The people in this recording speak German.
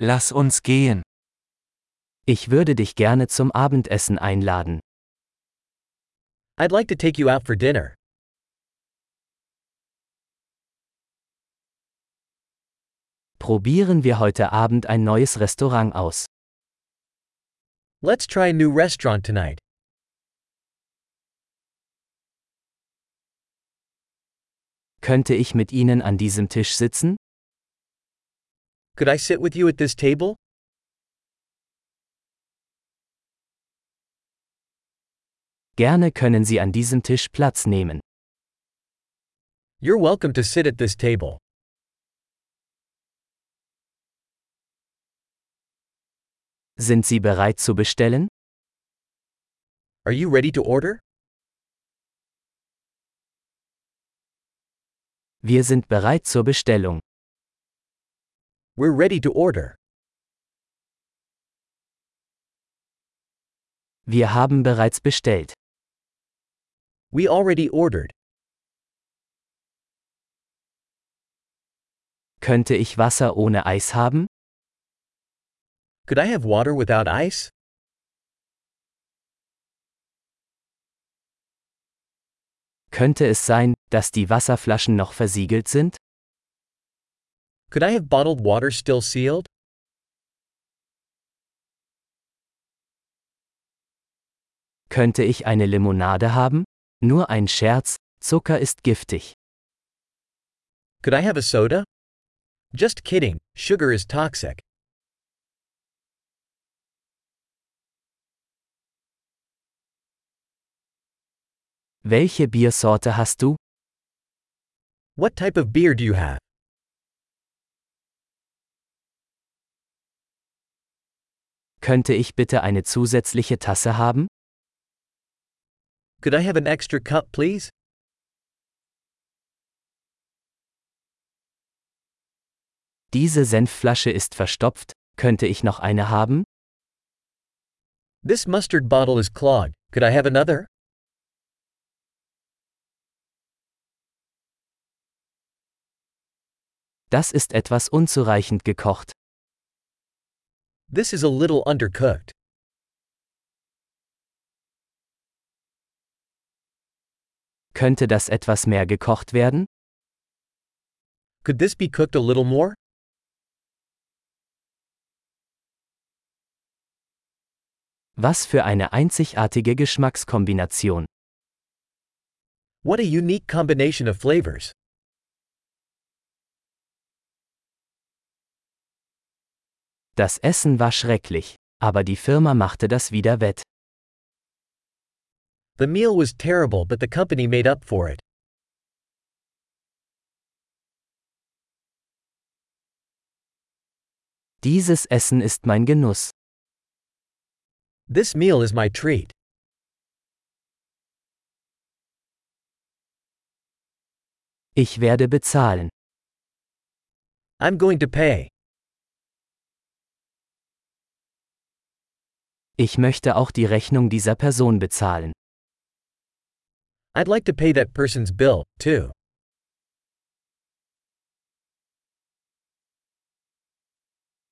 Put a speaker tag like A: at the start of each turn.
A: Lass uns gehen.
B: Ich würde dich gerne zum Abendessen einladen.
C: I'd like to take you out for dinner.
B: Probieren wir heute Abend ein neues Restaurant aus.
C: Let's try a new restaurant tonight.
B: Könnte ich mit Ihnen an diesem Tisch sitzen?
C: Could I sit with you at this table?
B: Gerne können Sie an diesem Tisch Platz nehmen.
C: You're welcome to sit at this table.
B: Sind Sie bereit zu bestellen?
C: Are you ready to order?
B: Wir sind bereit zur Bestellung.
C: We're ready to order.
B: Wir haben bereits bestellt.
C: We already ordered.
B: Könnte ich Wasser ohne Eis haben?
C: Could I have water without ice?
B: Könnte es sein, dass die Wasserflaschen noch versiegelt sind?
C: Could I have bottled water still sealed?
B: Könnte ich eine Limonade haben? Nur ein Scherz, Zucker ist giftig.
C: Could I have a soda? Just kidding, sugar is toxic.
B: Welche Biersorte hast du?
C: What type of beer do you have?
B: Könnte ich bitte eine zusätzliche Tasse haben?
C: Could I have an extra cup, please?
B: Diese Senfflasche ist verstopft, könnte ich noch eine haben?
C: This mustard bottle is clogged. Could I have another?
B: Das ist etwas unzureichend gekocht.
C: This is a little undercooked.
B: Könnte das etwas mehr gekocht werden?
C: Could this be cooked a little more?
B: Was für eine einzigartige Geschmackskombination.
C: What a unique combination of flavors.
B: Das Essen war schrecklich, aber die Firma machte das wieder wett.
C: The meal was terrible, but the company made up for it.
B: Dieses Essen ist mein Genuss.
C: This meal is my treat.
B: Ich werde bezahlen.
C: I'm going to pay.
B: Ich möchte auch die Rechnung dieser Person bezahlen.
C: I'd like to pay that person's bill, too.